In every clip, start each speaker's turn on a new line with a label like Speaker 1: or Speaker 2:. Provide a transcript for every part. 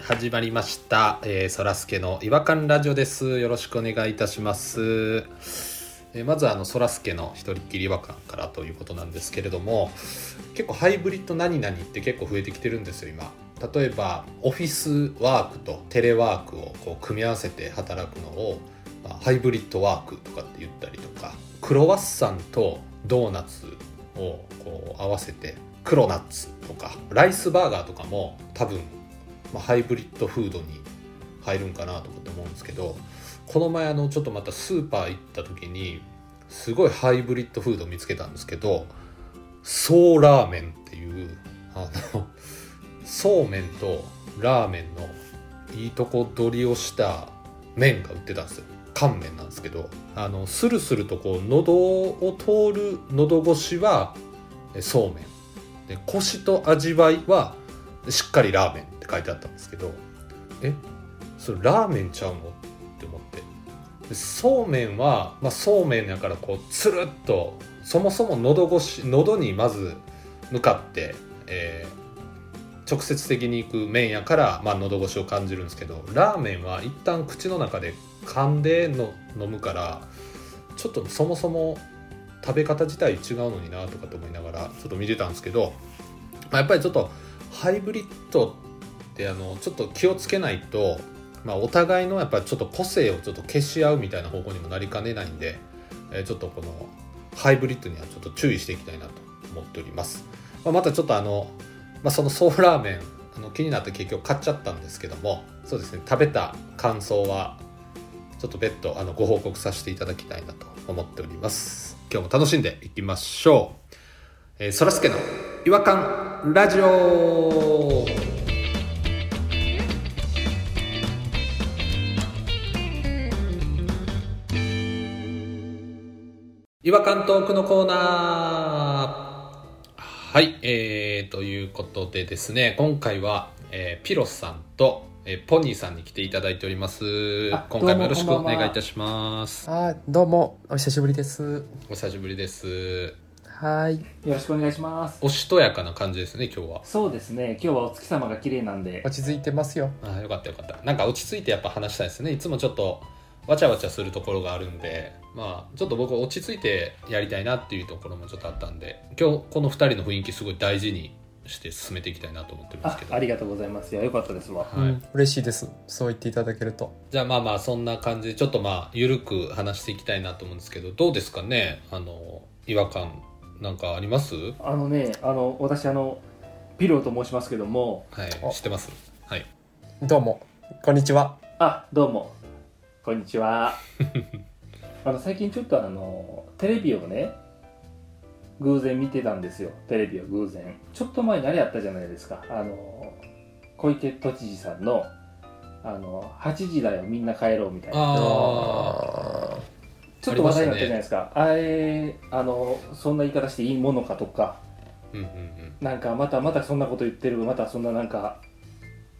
Speaker 1: 始まりました。えー、そらすけの違和感ラジオです。よろしくお願いいたします。えーまずはあのそらすけの一人っきり違和感からということなんですけれども、結構ハイブリッド何々って結構増えてきてるんですよ今。例えばオフィスワークとテレワークをこう組み合わせて働くのを、まあハイブリッドワークとかって言ったりとか、クロワッサンとドーナツをこう合わせてクロナッツとかライスバーガーとかも多分まあ、ハイブリッドフードに入るんかなとかって思うんですけどこの前あのちょっとまたスーパー行った時にすごいハイブリッドフード見つけたんですけどソーラーメンっていうあのそうめんとラーメンのいいとこ取りをした麺が売ってたんですよ乾麺なんですけどあのスルスルとこう喉を通る喉越しはえそうめんでコシと味わいはしっかりラーメンって書いてあったんですけどえそれラーメンちゃうのって思ってでそうめんは、まあ、そうめんやからこうつるっとそもそも喉越し喉にまず向かって、えー直接的に行く麺やから、まあ、喉越しを感じるんですけどラーメンは一旦口の中で噛んでの飲むからちょっとそもそも食べ方自体違うのになとかと思いながらちょっと見てたんですけど、まあ、やっぱりちょっとハイブリッドってあのちょっと気をつけないと、まあ、お互いのやっぱりちょっと個性をちょっと消し合うみたいな方向にもなりかねないんで、えーちょっとこのハイブリッドにはちょっと注意していきたいなと思っております、まあ、またちょっとあの、まあ、そのソーラーメンあの気になって結局買っちゃったんですけどもそうですね食べた感想はちょっと別途あのご報告させていただきたいなと思っております今日も楽しんでいきましょうえー、そらすけの違和感ラジオ違和感トークのコーナーはい、えー、ということでですね今回は、えーピロさんと、えーポニーさんに来ていただいております
Speaker 2: あ
Speaker 1: 今回もよろしく
Speaker 2: どう
Speaker 1: お
Speaker 2: もこんばんは
Speaker 1: 願いいたします
Speaker 2: あどうもお久しぶりです
Speaker 1: お久しぶりです
Speaker 2: はい
Speaker 3: よろしくお願いします。
Speaker 1: おしとやかな感じですね今日は
Speaker 3: そうですね、今日はお月様が綺麗なんで、
Speaker 2: 落ち着いてますよ
Speaker 1: あーよかったよかったなんか落ち着いてやっぱ話したいですねいつもちょっとわちゃわちゃするところがあるんでまあちょっと僕落ち着いてやりたいなっていうところもちょっとあったんで今日この2人の雰囲気すごい大事にして進めていきたいなと思ってます
Speaker 3: あ
Speaker 1: けど
Speaker 3: ありがとうございますよ。よかったですわ。
Speaker 1: はい
Speaker 2: うん嬉しいですそう言っていただけると
Speaker 1: じゃあまあまあそんな感じでちょっとまあ緩く話していきたいなと思うんですけどどうですかねあの違和感なんかありますは
Speaker 3: あのね、あの私あのピローと申しますけども、
Speaker 1: い
Speaker 2: あ
Speaker 1: 知ってますはい
Speaker 2: どうもこんにちは
Speaker 3: あどうもこんにちは。あの最近ちょっとあのテレビをね偶然見てたんですよ。テレビを偶然。ちょっと前にあれやったじゃないですか。あの小池都知事さんのあの8時だよみんな帰ろうみたいな。
Speaker 1: ああ
Speaker 2: あ
Speaker 3: ちょっと話題になったじゃないですか、あれあのそんな言い方していいものかとか、
Speaker 1: うんうんうん
Speaker 3: なんかまたまたそんなこと言ってる、またそんななんか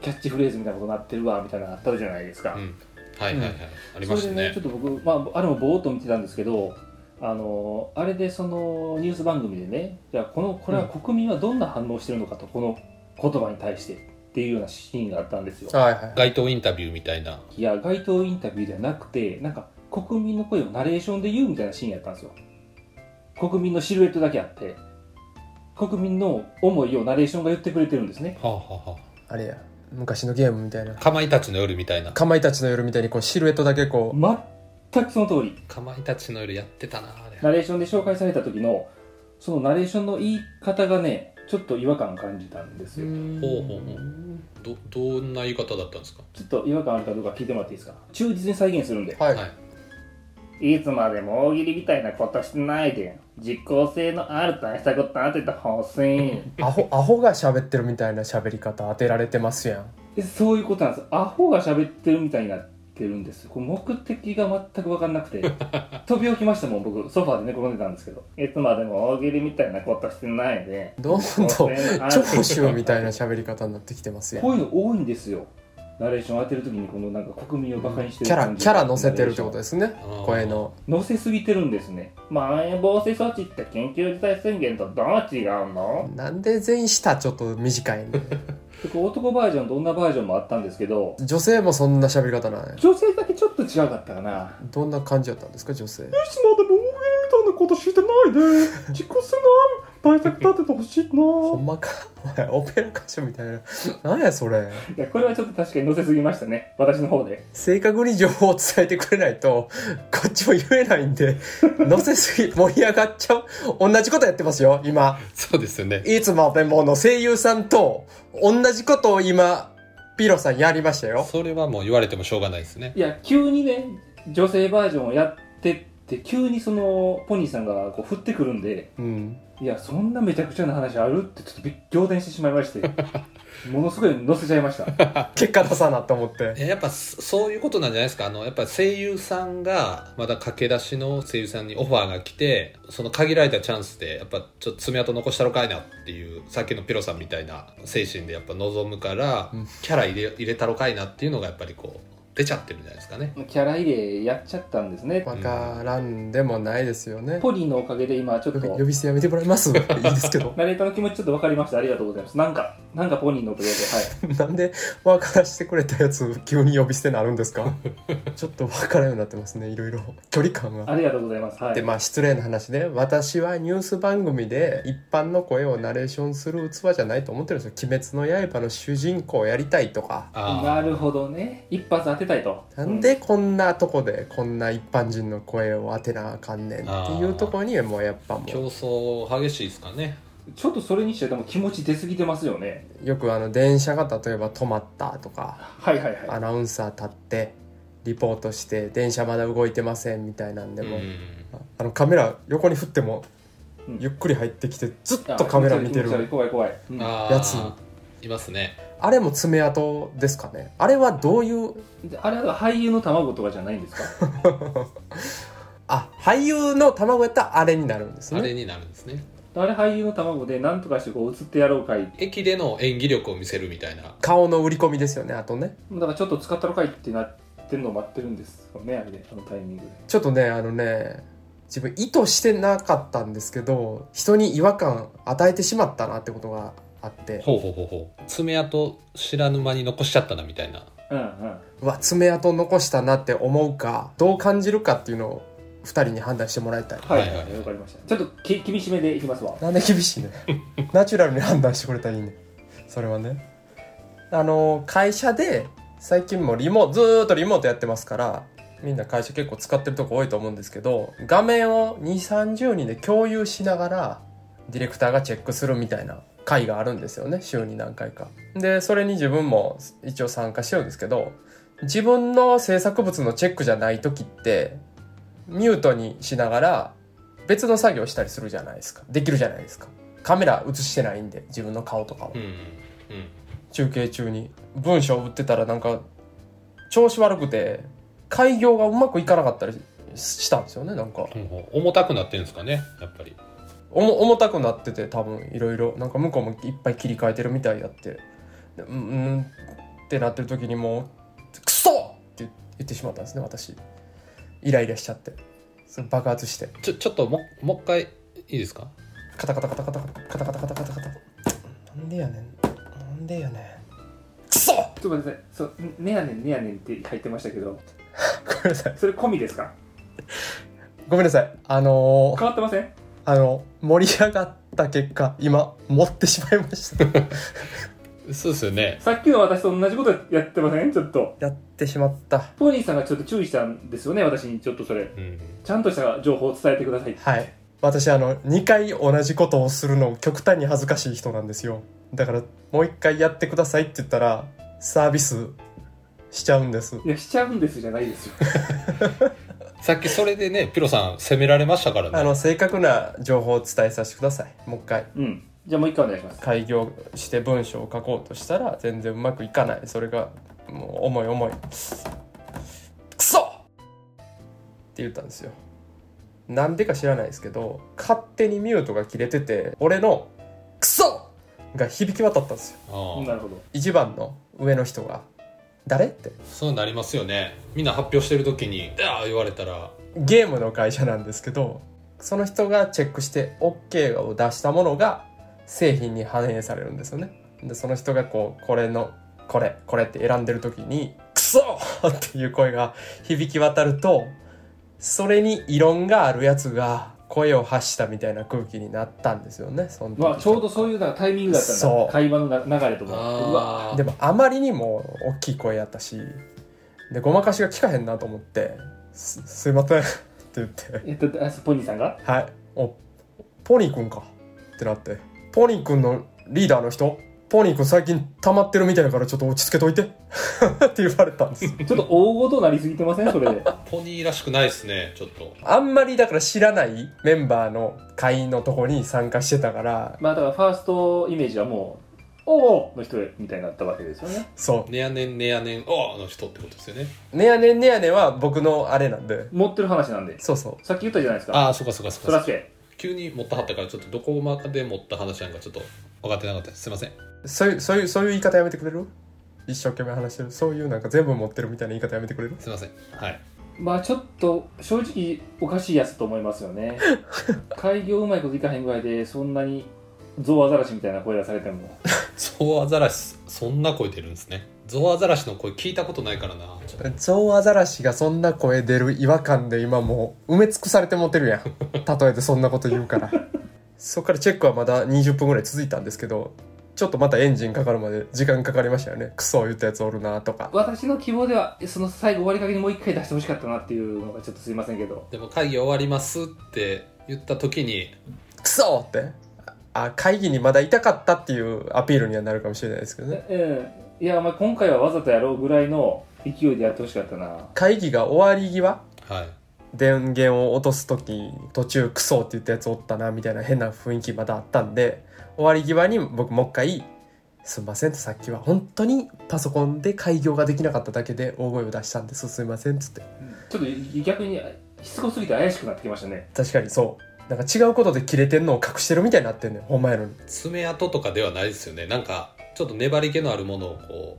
Speaker 3: キャッチフレーズみたいなことなってるわみたいなのあったじゃないですか、
Speaker 1: うんはいはいはい、ありまし
Speaker 3: そ
Speaker 1: た
Speaker 3: れ
Speaker 1: ね
Speaker 3: でね、ちょっと僕、まあ、あれもぼーっと見てたんですけど、あのあれでそのニュース番組でね、じゃあこの、これは国民はどんな反応してるのかと、この言葉に対してっていうようなシーンがあったんですよ
Speaker 2: ー。はいはい
Speaker 1: 街頭インタビューみたいない
Speaker 3: や、街頭インタビューではなくて、なんか国民の声をナレーションで言うみたいなシーンやったんですよ。国民のシルエットだけあって、国民の思いをナレーションが言ってくれてるんですね。
Speaker 1: はあ、はあは
Speaker 2: あれや昔のゲームみたいな
Speaker 1: あ、かまいたちの夜みたいな
Speaker 2: かまいたちの夜みたいにこうシルエットだけこう
Speaker 3: 全くその通り。
Speaker 1: かまいたちの夜やってたなあれ
Speaker 3: ナレーションで紹介された時の、そのナレーションの言い方がね、ちょっと違和感感じたんですよ。
Speaker 1: ほうほうほどどんな言い方だったんですか
Speaker 3: ちょっと違和感あるかどうか聞いてもらっていいですか忠実に再現するんで。
Speaker 2: はい、
Speaker 3: いつまでも大喜利みたいなことしてないで、実効性のある対策を立ててほしい。
Speaker 2: アホアホが喋ってるみたいな喋り方当てられてますやん
Speaker 3: でそういうことなんですアホが喋ってるみたいになってるんですこれ目的が全く分かんなく て飛び起きましたもん僕ソファーで寝転んでたんですけどいつまでも大喜利みたいなことしてないで
Speaker 2: どんどん
Speaker 3: そう
Speaker 2: 長
Speaker 3: ね
Speaker 2: 州みたいな喋り方になってきてますやん
Speaker 3: こういうの多いんですよナレーション当てるときにこのなんか国民をバカにして
Speaker 2: キ
Speaker 3: る
Speaker 2: ャラ
Speaker 3: 感じ
Speaker 2: キャラ乗せてるってこと
Speaker 3: で
Speaker 2: ですね
Speaker 1: あー
Speaker 2: 声の
Speaker 3: 乗せすぎてるんですねまん延防止措置って緊急事態宣言とどう違うの
Speaker 2: なんで全員下ちょっと短いんで
Speaker 3: でこう男バージョンと女バージョンもあったんですけど
Speaker 2: 女性もそんな喋り方ない
Speaker 3: 女性だけちょっと違かったかな
Speaker 2: どんな感じだったんですか女性
Speaker 3: いつまでも俺みたいなことしてないで 自己すな対策立ててほしい
Speaker 2: ほ
Speaker 3: なん
Speaker 2: まか お前オペラ歌手みたいな何やそれ
Speaker 3: いやこれはちょっと確かに載せすぎましたね私の方で
Speaker 2: 正確に情報を伝えてくれないとこっちも言えないんで乗せすぎ盛り上がっちゃう同じことやってますよ今
Speaker 1: そうですよね。
Speaker 2: いつもでもの声優さんと同じことを今ピロさんやりましたよ
Speaker 1: それはもう言われてもしょうがないですね。
Speaker 3: いや急にね女性バージョンをやってって急にそのポニーさんがこう降ってくるんで
Speaker 2: うん
Speaker 3: いやそんなめちゃくちゃな話あるってちょっとびっ仰天してしまいまして ものすごい載せちゃいました
Speaker 2: 結果出さなと思って
Speaker 1: えやっぱそそういうことなんじゃないですかあのやっぱ声優さんがまだ駆け出しの声優さんにオファーが来てその限られたチャンスでやっぱちょっと爪痕残したろかいなっていうさっきのピロさんみたいな精神でやっぱ望むから、
Speaker 2: うん
Speaker 1: キャラ入れ入れたろかいなっていうのがやっぱりこう出ちゃってるんじゃないですかね
Speaker 3: キャラ入れやっちゃったんですね
Speaker 2: わからんでもないですよね
Speaker 3: ポニーのおかげで今ちょっと
Speaker 2: 呼び捨てやめて もらいますいいですけど
Speaker 3: ナレーターの気持ちちょっと分かりましたありがとうございますなんかなんかポニーのおかげではい
Speaker 2: なんで分からしてくれたやつ急に呼び捨てなるんです かちょっと分からんようになってますねいろいろ距離感が
Speaker 3: ありがとうございます。はい。
Speaker 2: でまあ失礼な話ね私はニュース番組で一般の声をナレーションする器じゃないと思ってるんですよ「鬼滅の刃」の主人公やりたいとか
Speaker 1: あ
Speaker 3: なるほどね。一発当てたいと。
Speaker 2: なんでこんなとこでこんな一般人の声を当てなあかんねんっていうとこにもうやっぱも
Speaker 1: ー競争激しいですかね
Speaker 3: うんちょっとそれにしてはでも気持ち出過ぎてますよね。
Speaker 2: うよくあの電車が例えば止まったとか
Speaker 3: はいはいは
Speaker 2: ア
Speaker 3: い。
Speaker 2: ナウンサー立ってリポートして電車まだ動いてませんみたいなんでも、
Speaker 1: うん
Speaker 2: あのカメラ横に振っても
Speaker 3: うん
Speaker 2: ゆっくり入ってきてずっとカメラ見て
Speaker 3: 気持ち悪い
Speaker 2: る
Speaker 3: 怖い怖い。うん
Speaker 1: あ
Speaker 2: やつ
Speaker 1: ーいますね
Speaker 2: あれも爪痕ですかねあれはどういう
Speaker 3: であれは俳優の卵とかじゃないんですか
Speaker 2: あ俳優の卵やったらあれになるんです
Speaker 1: あれ
Speaker 2: ね
Speaker 1: になるんですね
Speaker 3: あれ俳優の卵でなんとかしてこう映ってやろうかい。
Speaker 1: 駅での演技力を見せるみたいな
Speaker 2: 顔の売り込みですよねあとね
Speaker 3: だからちょっと使ったろかいってなってるのを待ってるんですよね、あれで、あのタイミングで。
Speaker 2: ちょっとねあのね自分意図してなかったんですけど人に違和感与えてしまったなってことがあって
Speaker 1: ほうほうほうほう爪痕知らぬ間に残しちゃったなみたいな
Speaker 3: うんうん。
Speaker 2: うわ爪痕残したなって思うかどう感じるかっていうのを2人に判断してもらいたい
Speaker 3: はい
Speaker 1: はい
Speaker 3: は
Speaker 1: はい
Speaker 3: い、わかりました。ちょっとき厳しめでいきますわ。
Speaker 2: なんで厳しいねナチュラルに判断してくれたらいいねそれはねあの会社で最近もリモずーっとリモートやってますからみんな会社結構使ってるとこ多いと思うんですけど画面を2 3 0人で共有しながらディレクターがチェックするみたいな会があるんですよね週に何回かでそれに自分も一応参加してるんですけど自分の制作物のチェックじゃない時ってミュートにしながら別の作業したりするじゃないですかできるじゃないですかカメラ映してないんで自分の顔とかを
Speaker 1: うんうん
Speaker 2: 中継中に文章を打ってたらなんか調子悪くて開業がうまくいかなかったりしたんですよねなんか
Speaker 1: ほうほう重たくなってるんですかねやっぱり
Speaker 2: おも重たくなってて多分いろいろなんか向こうもいっぱい切り替えてるみたいやってでうんうんってなってる時にもう「クソ!」って言ってしまったんですね私イライラしちゃってそれ爆発して
Speaker 1: ちょちょっとももう一回いいですか
Speaker 2: カタカタカタカタカタカタカタカタカタなんでやねんなんでやねんくそ
Speaker 3: ち
Speaker 2: ご
Speaker 3: ょっと待ってください。そう、ねやねんねやねんって書いてましたけど、
Speaker 2: めんなさい
Speaker 3: それ込みですか
Speaker 2: ごめんなさいあのー
Speaker 3: 変わってません
Speaker 2: あの盛り上がった結果今持ってしまいました
Speaker 1: そうですよね
Speaker 3: さっきの私と同じことやってませんちょっと。
Speaker 2: やってしまった
Speaker 3: ポニーさんがちょっと注意したんですよね、私にちょっとそ
Speaker 1: う
Speaker 3: れ。
Speaker 1: ん
Speaker 3: ちゃんとした情報を伝えてください。
Speaker 2: はい私あの2回同じことをするの極端に恥ずかしい人なんですよだからもう1回やってくださいって言ったらサービスしちゃうんです
Speaker 3: いや、しちゃうんですじゃないです よ。
Speaker 1: さっきそれでねピロさん責められましたからね
Speaker 2: あの正確な情報を伝えさせてくださいもう1回
Speaker 3: うん。じゃあもう一回お願いします。
Speaker 2: 開業して文章を書こうとしたら全然うまくいかないそれがもう重い重いクソって言ったんですよなんでか知らないですけど勝手にミュートが切れてて俺のクソが響き渡ったんですよ
Speaker 1: あ
Speaker 3: な
Speaker 1: あ
Speaker 3: るほど。
Speaker 2: 一番の上の人が「誰?」って
Speaker 1: そうなりますよねみんな発表してる時に「ああ」言われたら
Speaker 2: ゲームの会社なんですけどその人がチェックして OK を出したものが製品に反映されるんですよねでその人がこうこれのこれこれって選んでる時に「クソ!」っていう声が響き渡るとそれに異論があるやつが声を発したみたいな空気になったんですよねその時
Speaker 3: まあ、ちょうどそういうなんかタイミングだったん
Speaker 2: そ
Speaker 3: だ
Speaker 2: う
Speaker 3: 会話のな流れとかう
Speaker 1: あ
Speaker 3: わ
Speaker 1: ー
Speaker 2: でもあまりにも大きい声やったしでごまかしが効かへんなと思って「すすいません」って 言って
Speaker 3: えっとあポニーさんが
Speaker 2: 「はいおポニーくんか」ってなって「ポニーくんのリーダーの人ポニーくん最近溜まってるみたいだからちょっと落ち着けといて」 って言われたんですよ
Speaker 3: ちょっと大ごとなりすぎてませんそれ で
Speaker 1: ポニーらしくないですねちょっと
Speaker 2: あんまりだから知らないメンバーの会員のとこに参加してたから
Speaker 3: まあだからファーストイメージはもう「おお!」の人みたいになったわけですよね
Speaker 2: そ
Speaker 1: ねやねんねやねんおーの人ってことですよね
Speaker 2: う「ねやねんねやねん」は僕のあれなんで
Speaker 3: 持ってる話なんで
Speaker 2: そうそう
Speaker 3: さっき言ったじゃないですか
Speaker 1: ああそうかそうかそう
Speaker 3: そら
Speaker 1: か
Speaker 3: すけ
Speaker 1: 急に持ったはったからちょっとどこまで持った話なんかちょっと分かってなかったですすいません
Speaker 2: そういうそういうそういう言い方やめてくれる一生懸命話してるそういうなんか全部持ってるみたいな言い方やめてくれる
Speaker 1: すいませんはい
Speaker 3: まあちょっと正直おかしいやつと思いますよ ね開業うまいこといかへんぐらいでそんなにゾウアザラシみたいな声出されても
Speaker 1: ゾウアザラシそんな声出るんですねゾウアザラシの声聞いたことないからなちょっと
Speaker 2: ゾウアザラシがそんな声出る違和感で今もう埋め尽くされて持てるやん例えてそんなこと言うからそっからチェックはまだ20分ぐらい続いたんですけどちょっとまたエンジンかかるまで時間かかりましたよねクソ言ったやつおるなとか
Speaker 3: 私の希望ではその最後終わりかけにもう一回出してほしかったなっていうのがちょっとすいませんけど
Speaker 1: でも会議終わりますって言った時に
Speaker 2: クソってあ会議にまだいたかったっていうアピールにはなるかもしれないですけどね
Speaker 3: ええいやお前今回はわざとやろうぐらいの勢いでやってほしかったな
Speaker 2: 会議が終わり際
Speaker 1: はい
Speaker 2: 電源を落とす時途中クソって言ったやつおったなみたいな変な雰囲気まだあったんで終わり際に僕もう一回「すいません」とさっきは本当にパソコンで開業ができなかっただけで大声を出したんです「すいません」っつって
Speaker 3: ちょっと逆にしつこすぎて怪しくなってきましたね
Speaker 2: 確かにそうなんか違うことでキレてんのを隠してるみたいになってんねんほんまやのに
Speaker 1: 爪痕とかではないですよねなんかちょっと粘り気のあるものをこう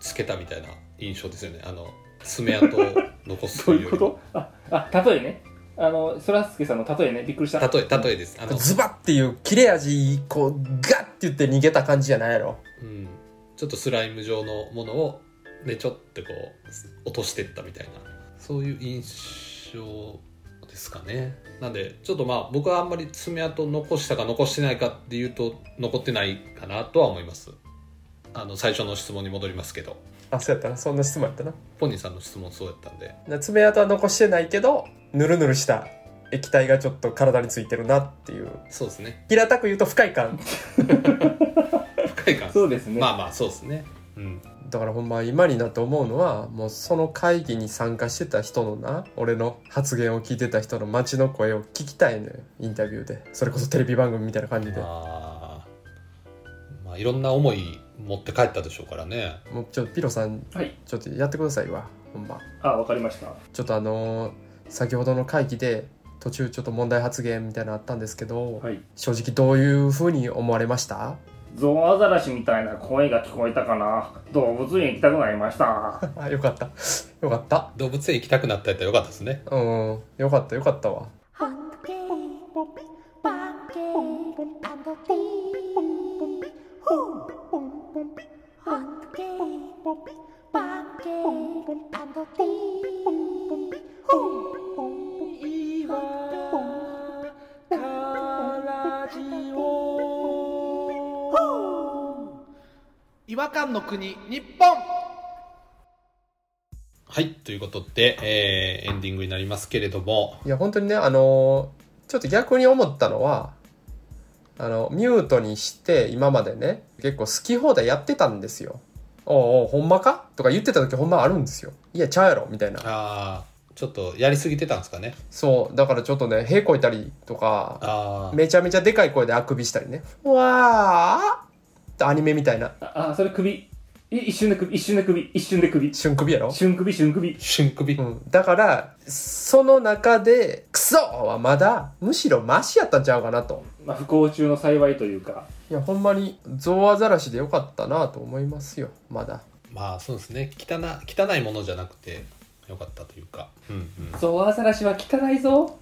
Speaker 1: つけたみたいな印象ですよねあの爪痕を残す
Speaker 3: ど
Speaker 1: と
Speaker 3: う
Speaker 1: いう
Speaker 3: い
Speaker 1: よ
Speaker 3: う
Speaker 1: り
Speaker 3: こ
Speaker 1: も
Speaker 3: とああ例えねあのそらすけさんの例えねびっくりした
Speaker 1: 例え例えですあの、
Speaker 2: ズバッっていう切れ味こうガッて言って逃げた感じじゃないやろ
Speaker 1: うん、ちょっとスライム状のものをねちょってこう落としてったみたいなそういう印象ですかねなんでちょっとまあ僕はあんまり爪痕残したか残してないかっていうと残ってないかなとは思いますあの最初の質問に戻りますけど
Speaker 2: あそうやったなそんな質問やったな
Speaker 1: ポニーさんの質問そうやったんで
Speaker 2: で爪痕は残してないけどぬるぬるした液体がちょっと体についてるなっていう
Speaker 1: そうです ね
Speaker 2: 平たく言うと不快感
Speaker 1: 不快感
Speaker 3: そうですね、
Speaker 1: まあまあそうですねうん
Speaker 2: だからほんま今になって思うのはもうその会議に参加してた人のな俺の発言を聞いてた人の街の声を聞きたいのよインタビューでそれこそテレビ番組みたいな感じで
Speaker 1: まあまあいろんな思い持って帰ったでしょうからね
Speaker 2: もうちょっとピロさん
Speaker 3: はい
Speaker 2: ちょっとやってくださいわほんま
Speaker 3: あわかりました
Speaker 2: ちょっとあのー先ほどの会議で途中ちょっと問題発言みたいなのあったんですけど、
Speaker 3: はい
Speaker 2: 正直どういうふうに思われました
Speaker 3: ゾウアザラシみたいな声が聞こえたかな動物園行きたくなりました
Speaker 2: あよかったよかった
Speaker 1: 動物園行きたくなったやったらよかったですね
Speaker 2: うんよかったよかったわ
Speaker 4: Hunky,
Speaker 5: 違和感の国日本
Speaker 1: はいということで、えーエンディングになりますけれども
Speaker 2: いや本当にねあのーちょっと逆に思ったのはあのミュートにして今までね結構好き放題やってたんですよ「おうおうほんまか?」とか言ってた時ほんまあるんですよ「いやちゃうやろ」みたいな
Speaker 1: ああちょっとやりすぎてたんですかね
Speaker 2: そうだからちょっとね屁こいたりとか
Speaker 1: ああ
Speaker 2: めちゃめちゃでかい声であくびしたりね「うわー!」アニメみたいな
Speaker 3: ああそれ首い一瞬で首一瞬で首一瞬で首
Speaker 2: 瞬首やろ
Speaker 3: 瞬首瞬首
Speaker 1: 瞬首、
Speaker 2: うん、だからその中で「クソ!」はまだむしろマシやったんちゃうかなと
Speaker 3: まあ不幸中の幸いというか
Speaker 2: いやほんまにゾウアザラシでよかったなと思いますよまだ
Speaker 1: まあそうですね汚汚いものじゃなくてよかったというか、うんうん、
Speaker 3: ゾウアザラシは汚いぞ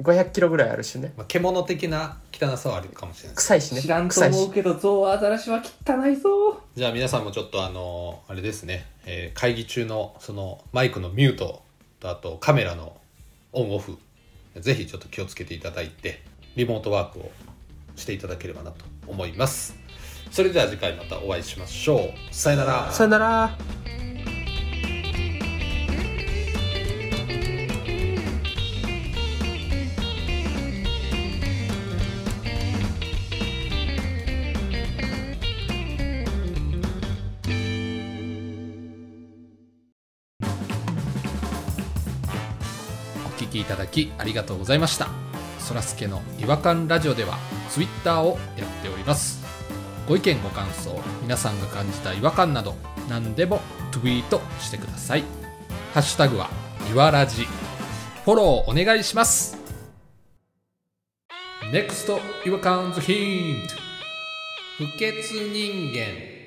Speaker 2: 500キロぐらいあるしね
Speaker 1: まあ、獣的な汚さはあるかもしれないです
Speaker 2: 臭いしね
Speaker 3: 知らんと
Speaker 2: 臭い
Speaker 3: 思う
Speaker 2: し
Speaker 3: けどゾウアザラシは汚いぞ
Speaker 1: じゃあ皆さんもちょっとあのあれですね、えー会議中のそのマイクのミュートとあとカメラのオンオフぜひちょっと気をつけていただいてリモートワークをしていただければなと思いますそれでは次回またお会いしましょうさよなら
Speaker 2: さよなら
Speaker 1: お聞きいただきありがとうございましたそらすけの違和感ラジオではツイッターをやっておりますご意見ご感想皆さんが感じた違和感など何でもツイートしてくださいハッシュタグはいわらじフォローお願いします NEXT 違和感ズヒント不潔人間